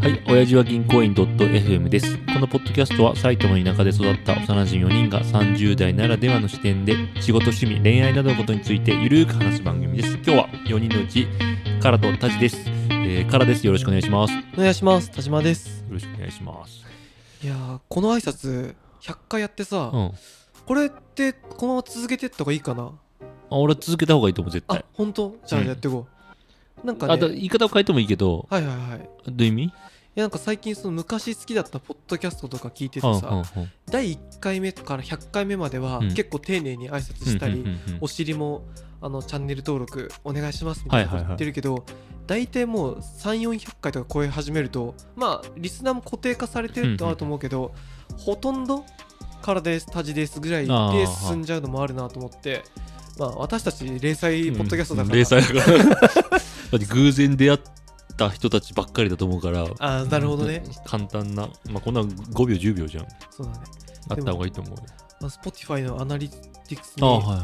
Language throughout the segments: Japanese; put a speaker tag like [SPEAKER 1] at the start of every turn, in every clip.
[SPEAKER 1] はい、親父は銀行員 .fm です。このポッドキャストは埼玉の田舎で育った幼馴染4人が30代ならではの視点で仕事、趣味、恋愛などのことについてゆるーく話す番組です。今日は4人のうち、カラとタジです。えー、カラです。よろしくお願いします。よ
[SPEAKER 2] お願いします田島です
[SPEAKER 1] ろしくお願いします。
[SPEAKER 2] いやーこの挨拶100回やってさ、
[SPEAKER 1] うん。あ
[SPEAKER 2] これってこのまま続けてった方がいいかな
[SPEAKER 1] 俺は続けた方がいいと思う、絶
[SPEAKER 2] あ、
[SPEAKER 1] 対。
[SPEAKER 2] 本当じゃあ
[SPEAKER 1] うん
[SPEAKER 2] やっていこう、なんか
[SPEAKER 1] あ、だ
[SPEAKER 2] ね
[SPEAKER 1] 言い方を変えてもいいけど、
[SPEAKER 2] はいはいはいい
[SPEAKER 1] どういう意味
[SPEAKER 2] やなんか最近その昔好きだったポッドキャストとか聞いてて
[SPEAKER 1] うん
[SPEAKER 2] さ、
[SPEAKER 1] うんうん
[SPEAKER 2] 第1回目から100回目までは
[SPEAKER 1] うん
[SPEAKER 2] 結構丁寧に挨拶したり、
[SPEAKER 1] うんうんうんうん
[SPEAKER 2] お尻もあのチャンネル登録お願いしますみたいなこと
[SPEAKER 1] はいはいはい
[SPEAKER 2] 言ってるけど、大体もう3400回とか超え始めるとまあリスナーも固定化されてるとはと思うけど、ほとんど「からです」「たじです」ぐらい
[SPEAKER 1] あー
[SPEAKER 2] で進んじゃうのもあるなと思って。まあ、私たち零細ポッドキャストだから、
[SPEAKER 1] うん零細だから。だって偶然出会った人たちばっかりだと思うから。
[SPEAKER 2] あーなるほどね、
[SPEAKER 1] 簡単な、まあ、こんなん5秒10秒じゃん
[SPEAKER 2] そうだね、
[SPEAKER 1] あった方がいいと思うよ
[SPEAKER 2] まあ、Spotify のアナリティクス
[SPEAKER 1] ああ
[SPEAKER 2] に
[SPEAKER 1] はいは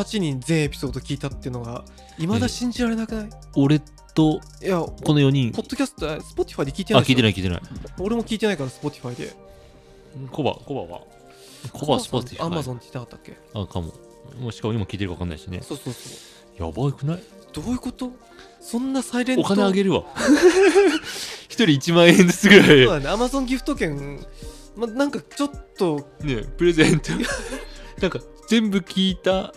[SPEAKER 1] い
[SPEAKER 2] 18人全エピソード聞いたっていうのがいまだ信じられなくない、
[SPEAKER 1] 俺と
[SPEAKER 2] いや
[SPEAKER 1] この4人
[SPEAKER 2] ポッドキャスト、スポティファイで聞いて
[SPEAKER 1] あ
[SPEAKER 2] ない
[SPEAKER 1] 聞いて
[SPEAKER 2] い。
[SPEAKER 1] ない聞いてない
[SPEAKER 2] 俺も聞いてないから、スポティファイで。
[SPEAKER 1] コバコバはコバスポーティファイ
[SPEAKER 2] アマゾンって言ってなかったっけ
[SPEAKER 1] あかももうしかも今聞いてるか分かんないしね
[SPEAKER 2] そうそうそ。
[SPEAKER 1] やばくないう
[SPEAKER 2] どういうことそんなサイレント
[SPEAKER 1] お金あげるわ 一人1万円ずつぐ
[SPEAKER 2] そう
[SPEAKER 1] らい、
[SPEAKER 2] だね、アマゾンギフト券、ま、なんかちょっ と、
[SPEAKER 1] ね、プレゼント なんか全部聞いた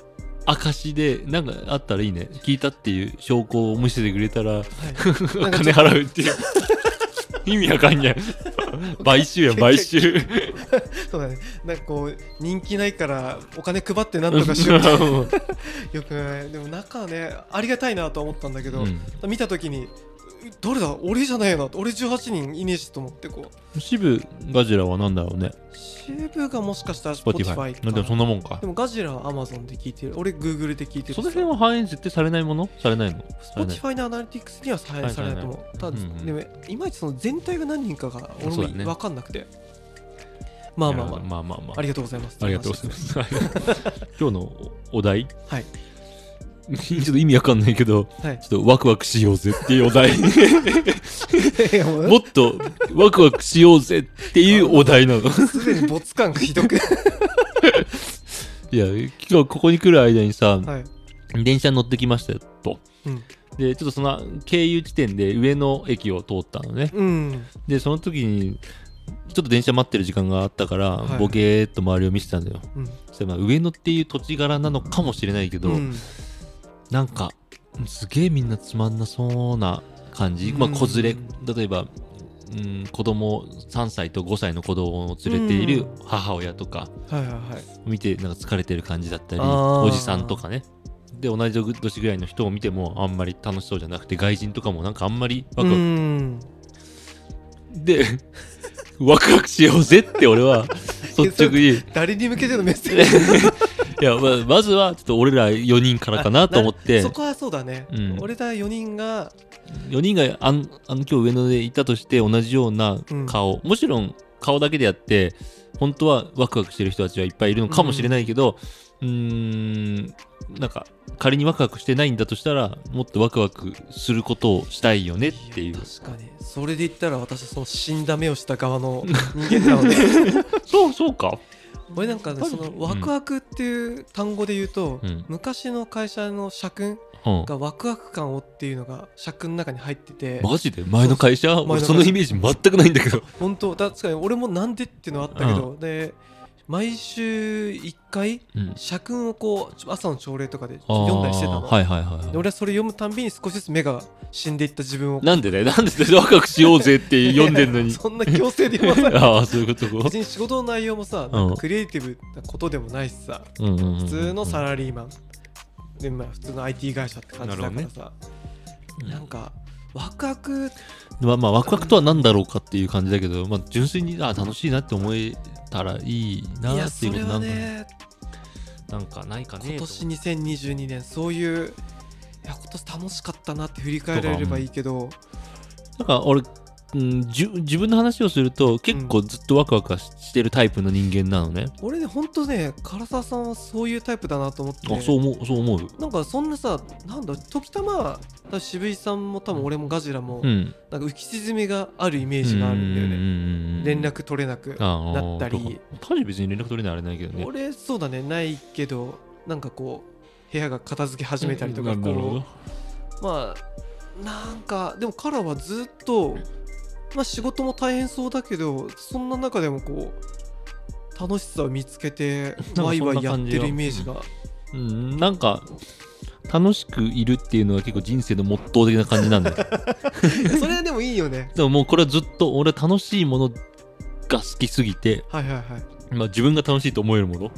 [SPEAKER 1] 証でなんかあったらいいね聞いたっていう証拠を見せてくれたら
[SPEAKER 2] はい
[SPEAKER 1] お金払うって いう意味わかんない買収や買収
[SPEAKER 2] そうだね。なんかこう、人気ないから、お金配ってなん
[SPEAKER 1] う
[SPEAKER 2] とかしようって。
[SPEAKER 1] ん
[SPEAKER 2] よくない。でも中はね、ありがたいなとは思ったんだけ
[SPEAKER 1] う
[SPEAKER 2] ど、
[SPEAKER 1] ん
[SPEAKER 2] 見たときに、誰だ俺じゃないよな俺18人いねえしと思ってこう
[SPEAKER 1] シブガジラはなんだろうね
[SPEAKER 2] シブがもしかしたら
[SPEAKER 1] Spotify
[SPEAKER 2] Spotify
[SPEAKER 1] まあでもそんなもんか
[SPEAKER 2] でもガジラは Amazon で聞いてる。俺 Google で聞いてる。
[SPEAKER 1] その辺は反映絶対されないものされないのされない
[SPEAKER 2] Spotify のアナリティクスには反映されないと思う。ただ、
[SPEAKER 1] うんうん
[SPEAKER 2] でも、いまいちその全体が何人かが俺
[SPEAKER 1] そ
[SPEAKER 2] も
[SPEAKER 1] うだね
[SPEAKER 2] 分かんなくて。まあまあまあ、
[SPEAKER 1] まあまあまあ
[SPEAKER 2] ありがとうございます。
[SPEAKER 1] ありがとうございます 今日のおお題
[SPEAKER 2] はい。
[SPEAKER 1] ちょっと意味わかんないけど
[SPEAKER 2] はい
[SPEAKER 1] ちょっとワクワクしようぜっていうお 題
[SPEAKER 2] いやもう
[SPEAKER 1] もっとワクワクしようぜっていうお題 なの
[SPEAKER 2] すでに没感がひどく。
[SPEAKER 1] いや今日ここに来る間にさ
[SPEAKER 2] はい。
[SPEAKER 1] 電車に乗ってきましたよと
[SPEAKER 2] うん。
[SPEAKER 1] でちょっとその経由地点で上野駅を通ったのね
[SPEAKER 2] うん。
[SPEAKER 1] でその時にちょっと電車待ってる時間があったから、
[SPEAKER 2] はい
[SPEAKER 1] ボケーっと周りを見てたんだよ
[SPEAKER 2] うん。
[SPEAKER 1] そしたらまあ上野っていう土地柄なのかもしれないけど、
[SPEAKER 2] うん
[SPEAKER 1] なんかすげえみんなつまんなそうな感じ、
[SPEAKER 2] うん
[SPEAKER 1] まあ子連れ例えば、うん、子供3歳と5歳の子供を連れている母親とか
[SPEAKER 2] はいはいはい。
[SPEAKER 1] 見てなんか疲れてる感じだったり
[SPEAKER 2] あー
[SPEAKER 1] おじさんとかねで同じ年ぐらいの人を見てもあんまり楽しそうじゃなくて外人とかもなんかあんまりワクワク
[SPEAKER 2] うん。
[SPEAKER 1] で、 ワクワクしようぜって俺は、率直に。い
[SPEAKER 2] 誰に向けてのメッセージ
[SPEAKER 1] や、ままずは、ちょっと俺ら4人からか なと思って、
[SPEAKER 2] そこはそうだね。
[SPEAKER 1] うん
[SPEAKER 2] 俺ら4人が、
[SPEAKER 1] 4人があんあの今日上野でいたとして同じような顔、もちろん顔だけであって、本当はワクワクしてる人たちはいっぱいいるのかもしれないけど、うーん、なんか、仮にワクワクしてないんだとしたら、もっとワクワクすることをしたいよねっていう
[SPEAKER 2] や。確かにそれで言ったら私はその死んだ目をした側の人間なので
[SPEAKER 1] そう、そうか。
[SPEAKER 2] 俺なんかね
[SPEAKER 1] 多分
[SPEAKER 2] そのワクワクっていう単語で言うと、
[SPEAKER 1] うん
[SPEAKER 2] 昔の会社の社訓
[SPEAKER 1] うん、
[SPEAKER 2] がワクワク感をっていうのが社訓の中に入ってて、
[SPEAKER 1] マジで前の会社
[SPEAKER 2] そう前の
[SPEAKER 1] 俺
[SPEAKER 2] 会社
[SPEAKER 1] そのイメージ全くないんだけど。
[SPEAKER 2] 本当確かに俺もなんでっていうのはあったけど、で毎週1回
[SPEAKER 1] うん
[SPEAKER 2] 社訓をこう朝の朝礼とかで読んだりしてたの、
[SPEAKER 1] あーはいはいはい
[SPEAKER 2] で
[SPEAKER 1] は
[SPEAKER 2] 俺はそれ読むたんびに少しずつ目が死んでいった自分を
[SPEAKER 1] い。なんでだよ、なんでだよ、若くしようぜって読んでんのに。
[SPEAKER 2] そんな強制で読ま され
[SPEAKER 1] ああ、そういうこと
[SPEAKER 2] 別に仕事の内容もさ、なんかクリエイティブなことでもないしさ、
[SPEAKER 1] 普
[SPEAKER 2] 普通のサラリーマン、でまあ普通の IT 会社って感じだからさ、
[SPEAKER 1] ね
[SPEAKER 2] なんかワクワク
[SPEAKER 1] まあまあ、ワクワクとは何だろうかっていう感じだけど、まあ、純粋にあ楽しいなって思えたらいい
[SPEAKER 2] い
[SPEAKER 1] な
[SPEAKER 2] や
[SPEAKER 1] ってい
[SPEAKER 2] そう
[SPEAKER 1] こ
[SPEAKER 2] れ
[SPEAKER 1] とな
[SPEAKER 2] は
[SPEAKER 1] んか,、
[SPEAKER 2] ね
[SPEAKER 1] なんかないかね。
[SPEAKER 2] 今年2022年そういういや今年楽しかったなって振り返られればいいけど
[SPEAKER 1] なんか俺、うん、じゅ自分の話をすると結構ずっとワクワクはししてるタイプの人間なのね、
[SPEAKER 2] 俺ね本当ね唐沢さんはそういうタイプだなと思って
[SPEAKER 1] あそう思うそう思う
[SPEAKER 2] なんかそんなさなんだ時たま多分渋井さんも多分俺もガジラも、
[SPEAKER 1] うん
[SPEAKER 2] なんか浮き沈みがあるイメージがあるんだよね
[SPEAKER 1] ね
[SPEAKER 2] 連絡取れなく
[SPEAKER 1] な
[SPEAKER 2] なったり
[SPEAKER 1] 大丈別に連絡取れないあれないけどね
[SPEAKER 2] 俺そうだねないけどなんかこう部屋が片付け始めたりとか
[SPEAKER 1] うんなるほど
[SPEAKER 2] こうまあなんかでもカラはずっと、まあ、仕事も大変そうだけどそんな中でもこう楽しさを見つけ
[SPEAKER 1] なん
[SPEAKER 2] て
[SPEAKER 1] かそんな
[SPEAKER 2] ワイワイやって
[SPEAKER 1] 感じが
[SPEAKER 2] るイメージが
[SPEAKER 1] うん、なんか楽しくいるっていうのは結構人生のモットー的な感じなんだよ
[SPEAKER 2] それでもいいよね
[SPEAKER 1] でももうこれはずっと俺は楽しいものが好きすぎて、
[SPEAKER 2] はいはいはい
[SPEAKER 1] まあ、自分が楽しいと思えるもの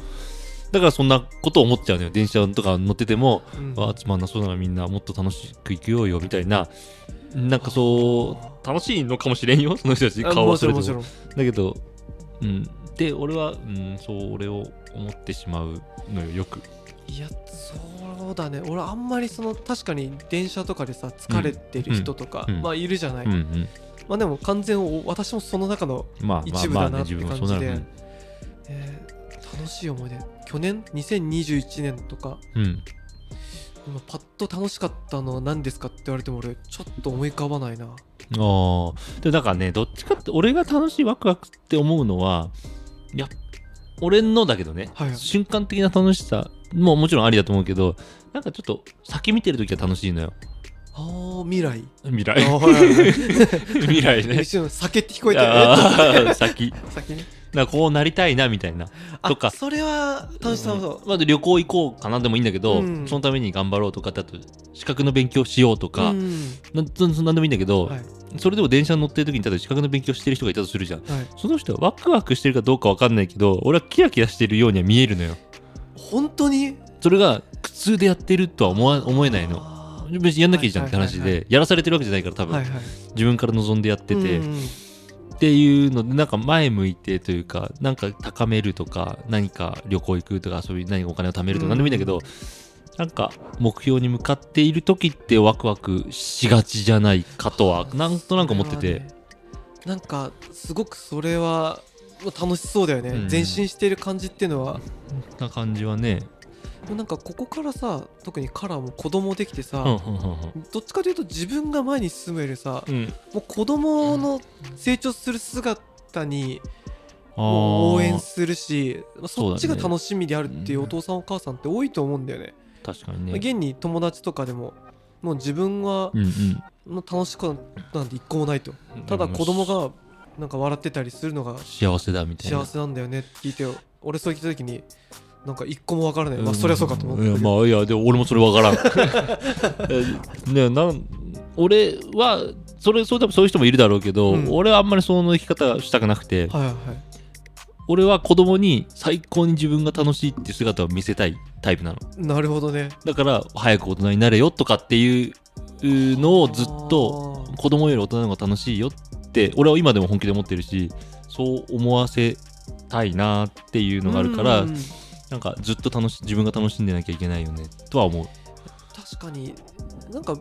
[SPEAKER 1] だからそんなことを思っちゃうのよ電車とか乗ってても、
[SPEAKER 2] うん
[SPEAKER 1] わあつまんなそうならみんなもっと楽しく行くようよみたいななんかそう楽しいのかもしれんよその人たち
[SPEAKER 2] あ
[SPEAKER 1] 顔は
[SPEAKER 2] もち
[SPEAKER 1] それ
[SPEAKER 2] ろん
[SPEAKER 1] で
[SPEAKER 2] も
[SPEAKER 1] も
[SPEAKER 2] ちろん
[SPEAKER 1] だけど、うん、で俺は、うん、そう俺を思ってしまうのよよく
[SPEAKER 2] いやそうだね俺あんまりその確かに電車とかでさ疲れてる人とか、
[SPEAKER 1] うんうん
[SPEAKER 2] まあいるじゃない、
[SPEAKER 1] うんうん
[SPEAKER 2] まあでも完全お私もその中の、
[SPEAKER 1] まあまあ
[SPEAKER 2] 一部
[SPEAKER 1] まあ
[SPEAKER 2] だ
[SPEAKER 1] ね
[SPEAKER 2] なって
[SPEAKER 1] 自分も
[SPEAKER 2] 感
[SPEAKER 1] そうな
[SPEAKER 2] じ
[SPEAKER 1] る
[SPEAKER 2] で、えー楽しい思い出去年2021年とか
[SPEAKER 1] うんうん
[SPEAKER 2] 今パッと楽しかったのは何ですかって言われても俺ちょっと思い浮かばないな
[SPEAKER 1] ああでだからねどっちかって俺が楽しいワクワクって思うのはいや俺のだけどね、
[SPEAKER 2] はいはい
[SPEAKER 1] 瞬間的な楽しさももちろんありだと思うけどなんかちょっと先見てる時は楽しいのよ
[SPEAKER 2] あー未来
[SPEAKER 1] 未
[SPEAKER 2] あ
[SPEAKER 1] 来
[SPEAKER 2] ーはいはいはい
[SPEAKER 1] 未来 ね
[SPEAKER 2] 一瞬酒って聞こえて
[SPEAKER 1] あー先
[SPEAKER 2] えっと先ね
[SPEAKER 1] なんかこうなりたいなみたいな
[SPEAKER 2] あ
[SPEAKER 1] とか
[SPEAKER 2] それは楽しそうそう、
[SPEAKER 1] まあ、で旅行行こうかなでもいいんだけど、
[SPEAKER 2] うん
[SPEAKER 1] そのために頑張ろうとかだと資格の勉強しようとか、
[SPEAKER 2] うん
[SPEAKER 1] なんそなんでもいいんだけど、
[SPEAKER 2] はい
[SPEAKER 1] それでも電車に乗ってる時にただ資格の勉強してる人がいたとするじゃん
[SPEAKER 2] はい
[SPEAKER 1] その人はワクワクしてるかどうか分かんないけど俺はキラキラしてるようには見えるのよ
[SPEAKER 2] 本当に
[SPEAKER 1] それが苦痛でやってるとは思わ思えないの
[SPEAKER 2] あー
[SPEAKER 1] 別にやんなきゃいいじゃんって話で、
[SPEAKER 2] はいはい
[SPEAKER 1] やらされてるわけじゃないから多分、
[SPEAKER 2] はいはい
[SPEAKER 1] 自分から望んでやってて、
[SPEAKER 2] うんうん
[SPEAKER 1] っていうのでなんか前向いてというかなんか高めるとか何か旅行行くとか遊び何かお金を貯めると
[SPEAKER 2] うん
[SPEAKER 1] か何でもいいんだけど、なんか目標に向かっている時ってワクワクしがちじゃないかとはなんとなく思ってて、
[SPEAKER 2] それはねなんかすごくそれは楽しそうだよね、
[SPEAKER 1] うん
[SPEAKER 2] 前進している感じっていうのは
[SPEAKER 1] な感じはね
[SPEAKER 2] もうなんかここからさ特にカラーも子供できてさ、
[SPEAKER 1] うんうんうんうん
[SPEAKER 2] どっちかというと自分が前に進むよりさ、
[SPEAKER 1] うん
[SPEAKER 2] もう子供の成長する姿に
[SPEAKER 1] あー
[SPEAKER 2] もう応援するし、まあそっちが
[SPEAKER 1] そうだね
[SPEAKER 2] 楽しみであるっていうお父さんお母さんって多いと思うんだよね。
[SPEAKER 1] 確かにね、
[SPEAKER 2] まあ現に友達とかでももう自分は
[SPEAKER 1] うんうん
[SPEAKER 2] の楽しくなんて一個もないと、ただ子供がなんか笑ってたりするのが
[SPEAKER 1] 幸せだみたいな
[SPEAKER 2] 幸せなんだよねって聞いてよ俺そう聞いた時になんか一個もわからない、
[SPEAKER 1] うん
[SPEAKER 2] まあ、そりゃそうかと思ったけど、
[SPEAKER 1] いやまあいやでも俺もそれ分からん えねなん俺はそれそう多分そういう人もいるだろうけど、
[SPEAKER 2] うん
[SPEAKER 1] 俺はあんまりその生き方したくなくて、
[SPEAKER 2] はいはいはい
[SPEAKER 1] 俺は子供に最高に自分が楽しいっていう姿を見せたいタイプなの
[SPEAKER 2] なるほどね
[SPEAKER 1] だから早く大人になれよとかっていうのをずっと子供より大人の方が楽しいよって俺は今でも本気で思ってるしそう思わせたいなっていうのがあるから、
[SPEAKER 2] うんうん
[SPEAKER 1] なんかずっと楽し自分が楽しんでなきゃいけないよねとは思う
[SPEAKER 2] 確かになんか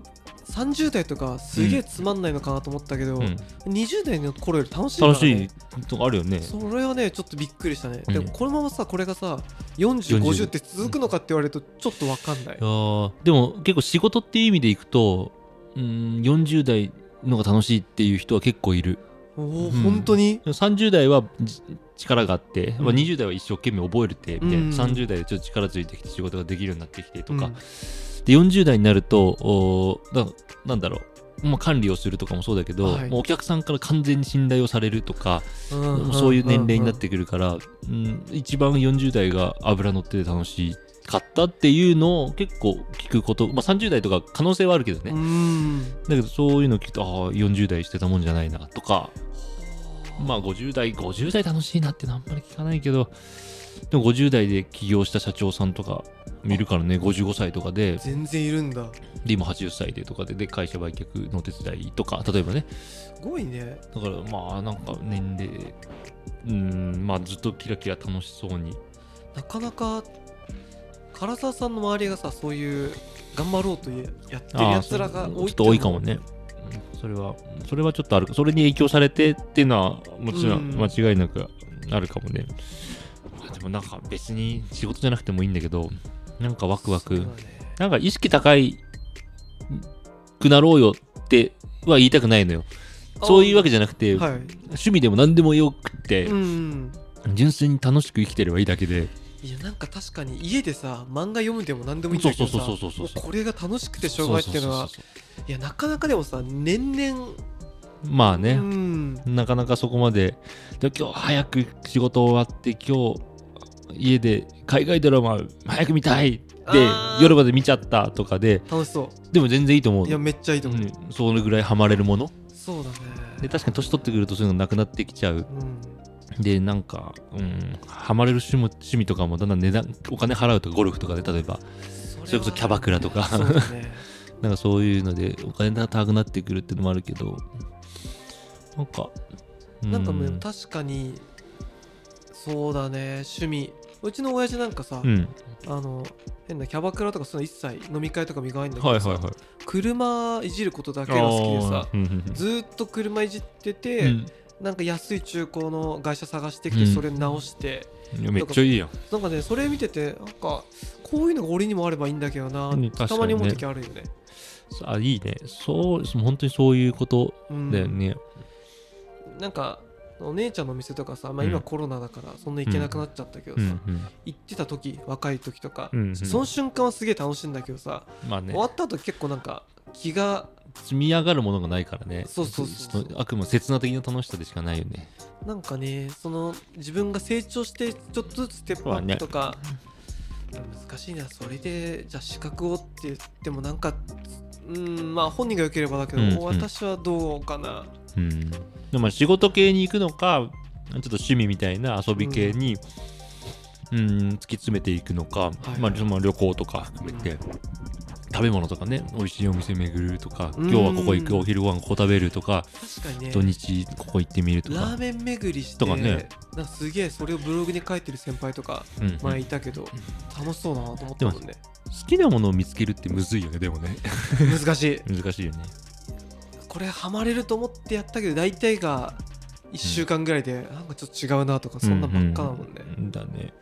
[SPEAKER 2] 30代とかすげえつまんないのかなと思ったけど、
[SPEAKER 1] うん
[SPEAKER 2] 20代の頃より楽しいから、
[SPEAKER 1] 楽
[SPEAKER 2] ね、
[SPEAKER 1] しいとこあるよね
[SPEAKER 2] それはねちょっとびっくりしたね、
[SPEAKER 1] うん
[SPEAKER 2] でもこのままさこれがさ
[SPEAKER 1] 40
[SPEAKER 2] 4050って続くのかって言われるとちょっとわかんない
[SPEAKER 1] いやーでも結構仕事っていう意味でいくとうーん40代のが楽しいっていう人は結構いる
[SPEAKER 2] おお、
[SPEAKER 1] うん
[SPEAKER 2] 本当に
[SPEAKER 1] 30代はじ力があって、ま
[SPEAKER 2] う
[SPEAKER 1] あ、
[SPEAKER 2] ん
[SPEAKER 1] 20代は一生懸命覚えるってみたいな、
[SPEAKER 2] うん
[SPEAKER 1] 30代でちょっと力ついてきて仕事ができるようになってきてとか、
[SPEAKER 2] うん
[SPEAKER 1] で40代になるとおーななんだろう、まあ、管理をするとかもそうだけど、
[SPEAKER 2] はい
[SPEAKER 1] もうお客さんから完全に信頼をされるとか、
[SPEAKER 2] うんん
[SPEAKER 1] そういう年齢になってくるから、うん、一番40代が脂乗ってて楽しかったっていうのを結構聞くこと、まあ、30代とか可能性はあるけどね、
[SPEAKER 2] う
[SPEAKER 1] だ
[SPEAKER 2] ん
[SPEAKER 1] けどそういうのを聞くとああ40代してたもんじゃないなとかまあ50代50代楽しいなってのはあんまり聞かないけどでも50代で起業した社長さんとか見るからね55歳とかで
[SPEAKER 2] 全然いるんだ
[SPEAKER 1] で今80歳でとかでで会社売却のお手伝いとか例えばね
[SPEAKER 2] すごいね
[SPEAKER 1] だからまあなんか年齢うんまあずっとキラキラ楽しそうに
[SPEAKER 2] なかなか唐沢さんの周りがさそういう頑張ろうとやってるやつらが
[SPEAKER 1] あー
[SPEAKER 2] 多
[SPEAKER 1] そう
[SPEAKER 2] い
[SPEAKER 1] ちょっと多いかもね。うんそそれはそれはちょっとあるそれに影響されてっていうのはもちろん
[SPEAKER 2] うん
[SPEAKER 1] 間違いなくあるかもね、あでもなんか別に仕事じゃなくてもいいんだけどなんかワクワ
[SPEAKER 2] そう
[SPEAKER 1] ク
[SPEAKER 2] だね
[SPEAKER 1] なんか意識高いくなろうよっては言いたくないのよそういうわけじゃなくて、
[SPEAKER 2] はい、
[SPEAKER 1] 趣味でも何でもよくって、
[SPEAKER 2] うん
[SPEAKER 1] 純粋に楽しく生きてればいいだけで
[SPEAKER 2] いやなんか確かに家でさ漫画読むでも何でもいいん
[SPEAKER 1] そ
[SPEAKER 2] だ
[SPEAKER 1] う
[SPEAKER 2] け
[SPEAKER 1] そ
[SPEAKER 2] ど
[SPEAKER 1] う
[SPEAKER 2] さ
[SPEAKER 1] そうそうそうそう
[SPEAKER 2] もうこれが楽しくてしょうがないっていうのは
[SPEAKER 1] そうそうそう
[SPEAKER 2] いやなかなかでもさ年々
[SPEAKER 1] そうまあね、
[SPEAKER 2] うん
[SPEAKER 1] なかなかそこまでで今日早く仕事終わって今日家で海外ドラマ早く見たいで
[SPEAKER 2] あー
[SPEAKER 1] 夜まで見ちゃったとかで
[SPEAKER 2] 楽しそ
[SPEAKER 1] でも全然いいと思う
[SPEAKER 2] ういやめっちゃいいと
[SPEAKER 1] う
[SPEAKER 2] 思う、
[SPEAKER 1] ん、そのぐらいハマれるもの
[SPEAKER 2] そうだね
[SPEAKER 1] で確かに年取ってくるとそういうのなくなってきちゃう
[SPEAKER 2] うん
[SPEAKER 1] でなんか、うん、ハマれる趣味趣味とかもだんだん値段お金払うとかゴルフとかで例えば
[SPEAKER 2] そ
[SPEAKER 1] それこそキャバクラとか
[SPEAKER 2] そうだね
[SPEAKER 1] なんかそういうのでお金が高くなってくるっていうのもあるけどなんか、う
[SPEAKER 2] なんかもう確かにそうだね趣味うちの親父なんかさ、
[SPEAKER 1] うん
[SPEAKER 2] あの変なキャバクラとかそういうの一切飲み会とかも行かないんだけ
[SPEAKER 1] はい
[SPEAKER 2] ど
[SPEAKER 1] はい
[SPEAKER 2] さ、
[SPEAKER 1] はい
[SPEAKER 2] 車いじることだけが好きでさ
[SPEAKER 1] あーうんうんうん
[SPEAKER 2] ずーっと車いじってて、
[SPEAKER 1] うん
[SPEAKER 2] なんか安い中古の会社探してきて
[SPEAKER 1] うん
[SPEAKER 2] それ直して、
[SPEAKER 1] いやめっちゃいいやん。
[SPEAKER 2] なんかねそれ見ててなんかこういうのが俺にもあればいいんだけどな、
[SPEAKER 1] うん確かにね
[SPEAKER 2] たまに思う時あるよね。
[SPEAKER 1] あいいね。そう、本当にそういうこと
[SPEAKER 2] うん
[SPEAKER 1] だよね。
[SPEAKER 2] なんかお姉ちゃんの店とかさ、まあ、
[SPEAKER 1] うん
[SPEAKER 2] 今コロナだからそんな行けなくなっちゃったけど
[SPEAKER 1] う
[SPEAKER 2] さ、
[SPEAKER 1] んうん
[SPEAKER 2] 行ってた時若い時とか、
[SPEAKER 1] うんうん
[SPEAKER 2] その瞬間はすげえ楽しいんだけどさ、
[SPEAKER 1] まあね
[SPEAKER 2] 終わ、った後結構なんか気が
[SPEAKER 1] 積み上がるものがないからね。
[SPEAKER 2] そうそうそう
[SPEAKER 1] ちょっとあくまで刹那的な楽しさでしかないよね。
[SPEAKER 2] なんかねその自分が成長してちょっとずつステップアップとか、難しいなそれでじゃあ資格をって言ってもなんかうんまあ本人が良ければだけど、
[SPEAKER 1] うんうん
[SPEAKER 2] 私はどうかな
[SPEAKER 1] うん。でもまあ仕事系に行くのか、ちょっと趣味みたいな遊び系に、うん、突き詰めていくのか、
[SPEAKER 2] いはい
[SPEAKER 1] まあその旅行とか含めて、食べ物とかね、美味しいお店巡るとか、
[SPEAKER 2] うん
[SPEAKER 1] 今日はここ行く、お昼ご飯ここ食べるとか、
[SPEAKER 2] 確かにね
[SPEAKER 1] 土日ここ行ってみると
[SPEAKER 2] ラー
[SPEAKER 1] か。
[SPEAKER 2] メン巡りして
[SPEAKER 1] とかね
[SPEAKER 2] なんかすげえそれをブログに書いてる先輩とか
[SPEAKER 1] うんうん
[SPEAKER 2] 前いたけど、楽しそうだなと思ったもんね
[SPEAKER 1] 好きなものを見つけるってむずいよねでもね
[SPEAKER 2] 難しい
[SPEAKER 1] 難しいよね
[SPEAKER 2] これハマれると思ってやったけど大体が1週間ぐらいでなんかちょっと違うなとかそんなばっかだもんね、
[SPEAKER 1] ううだね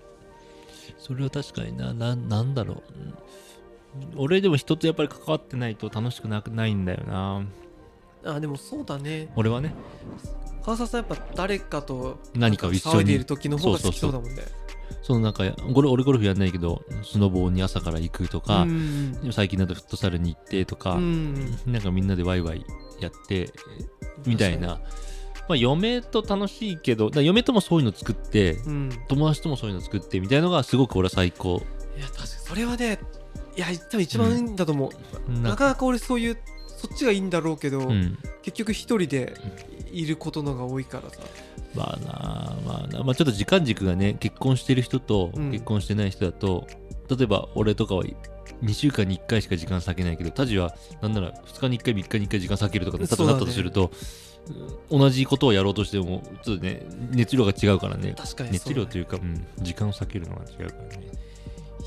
[SPEAKER 1] それは確かになななんだろううん俺でも人とやっぱり関わってないと楽しくなくないんだよな
[SPEAKER 2] あでもそうだね
[SPEAKER 1] 俺はね
[SPEAKER 2] 川沢さんやっぱ誰かと
[SPEAKER 1] 何かを一緒に
[SPEAKER 2] 騒いでいる時の方が好きそうだもんね
[SPEAKER 1] そのなんかゴル俺ゴルフやんないけどスノボーに朝から行くとか、
[SPEAKER 2] うん
[SPEAKER 1] でも最近だとフットサルに行ってとか、
[SPEAKER 2] うん
[SPEAKER 1] なんかみんなでワイワイやってみたいな、まあ、嫁と楽しいけどだから嫁ともそういうの作って
[SPEAKER 2] うんい
[SPEAKER 1] 友達ともそういうの作ってみたいのがすごく俺は最高
[SPEAKER 2] や確かにそれはねいや多分一番いいんだと思う、
[SPEAKER 1] な
[SPEAKER 2] なかなか俺そういうそっちがいいんだろうけど、
[SPEAKER 1] うん、
[SPEAKER 2] 結局一人でいることのが多いからさ
[SPEAKER 1] まあなあまあなあまあちょっと時間軸がね結婚してる人と
[SPEAKER 2] うん
[SPEAKER 1] 結婚してない人だと、例えば俺とかは2週間に1回しか時間割けないけどタジはなんなら2日に1回3日に1回時間割けるとか例え
[SPEAKER 2] そう
[SPEAKER 1] ば
[SPEAKER 2] だね
[SPEAKER 1] なったとすると、うん同じことをやろうとしてもちょっとね熱量が違うからね
[SPEAKER 2] 確かにそ
[SPEAKER 1] 熱
[SPEAKER 2] うだね
[SPEAKER 1] 量というか、うん時間を割けるのが違うからね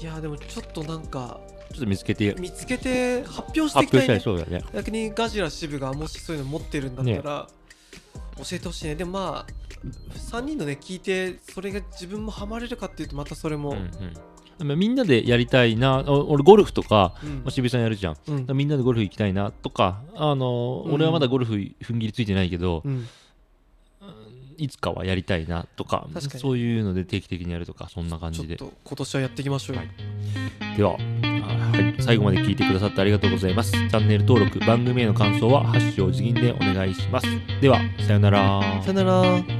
[SPEAKER 2] いやでもちょっとなんか
[SPEAKER 1] ちょっと見つけて
[SPEAKER 2] 見つけて発表して
[SPEAKER 1] 発
[SPEAKER 2] いきた
[SPEAKER 1] 表
[SPEAKER 2] い
[SPEAKER 1] した
[SPEAKER 2] ね
[SPEAKER 1] いそうだね
[SPEAKER 2] 逆にガジラ渋がもしそういうの持ってるんだったら、教えてほしいねでもまあ3人のね聞いてそれが自分もハマれるかっていうとまたそれも、
[SPEAKER 1] う
[SPEAKER 2] うん
[SPEAKER 1] うんんでもみんなでやりたいなお俺ゴルフとか、
[SPEAKER 2] うん
[SPEAKER 1] まあ、渋井さんやるじゃん
[SPEAKER 2] うん
[SPEAKER 1] みんなでゴルフ行きたいなとか、あの
[SPEAKER 2] うん
[SPEAKER 1] 俺はまだゴルフ踏ん切りついてないけど、いつかはやりたいなとか
[SPEAKER 2] 確かに
[SPEAKER 1] そういうので定期的にやるとかそんな感
[SPEAKER 2] ちょ
[SPEAKER 1] じ
[SPEAKER 2] っ
[SPEAKER 1] で
[SPEAKER 2] と今年はやっていきましょうよ、
[SPEAKER 1] はいでは、あはい、最後まで聞いてくださってありがとうございますチャンネル登録番組への感想は「ハッシュお辞儀」でお願いしますではさようなら
[SPEAKER 2] さよなら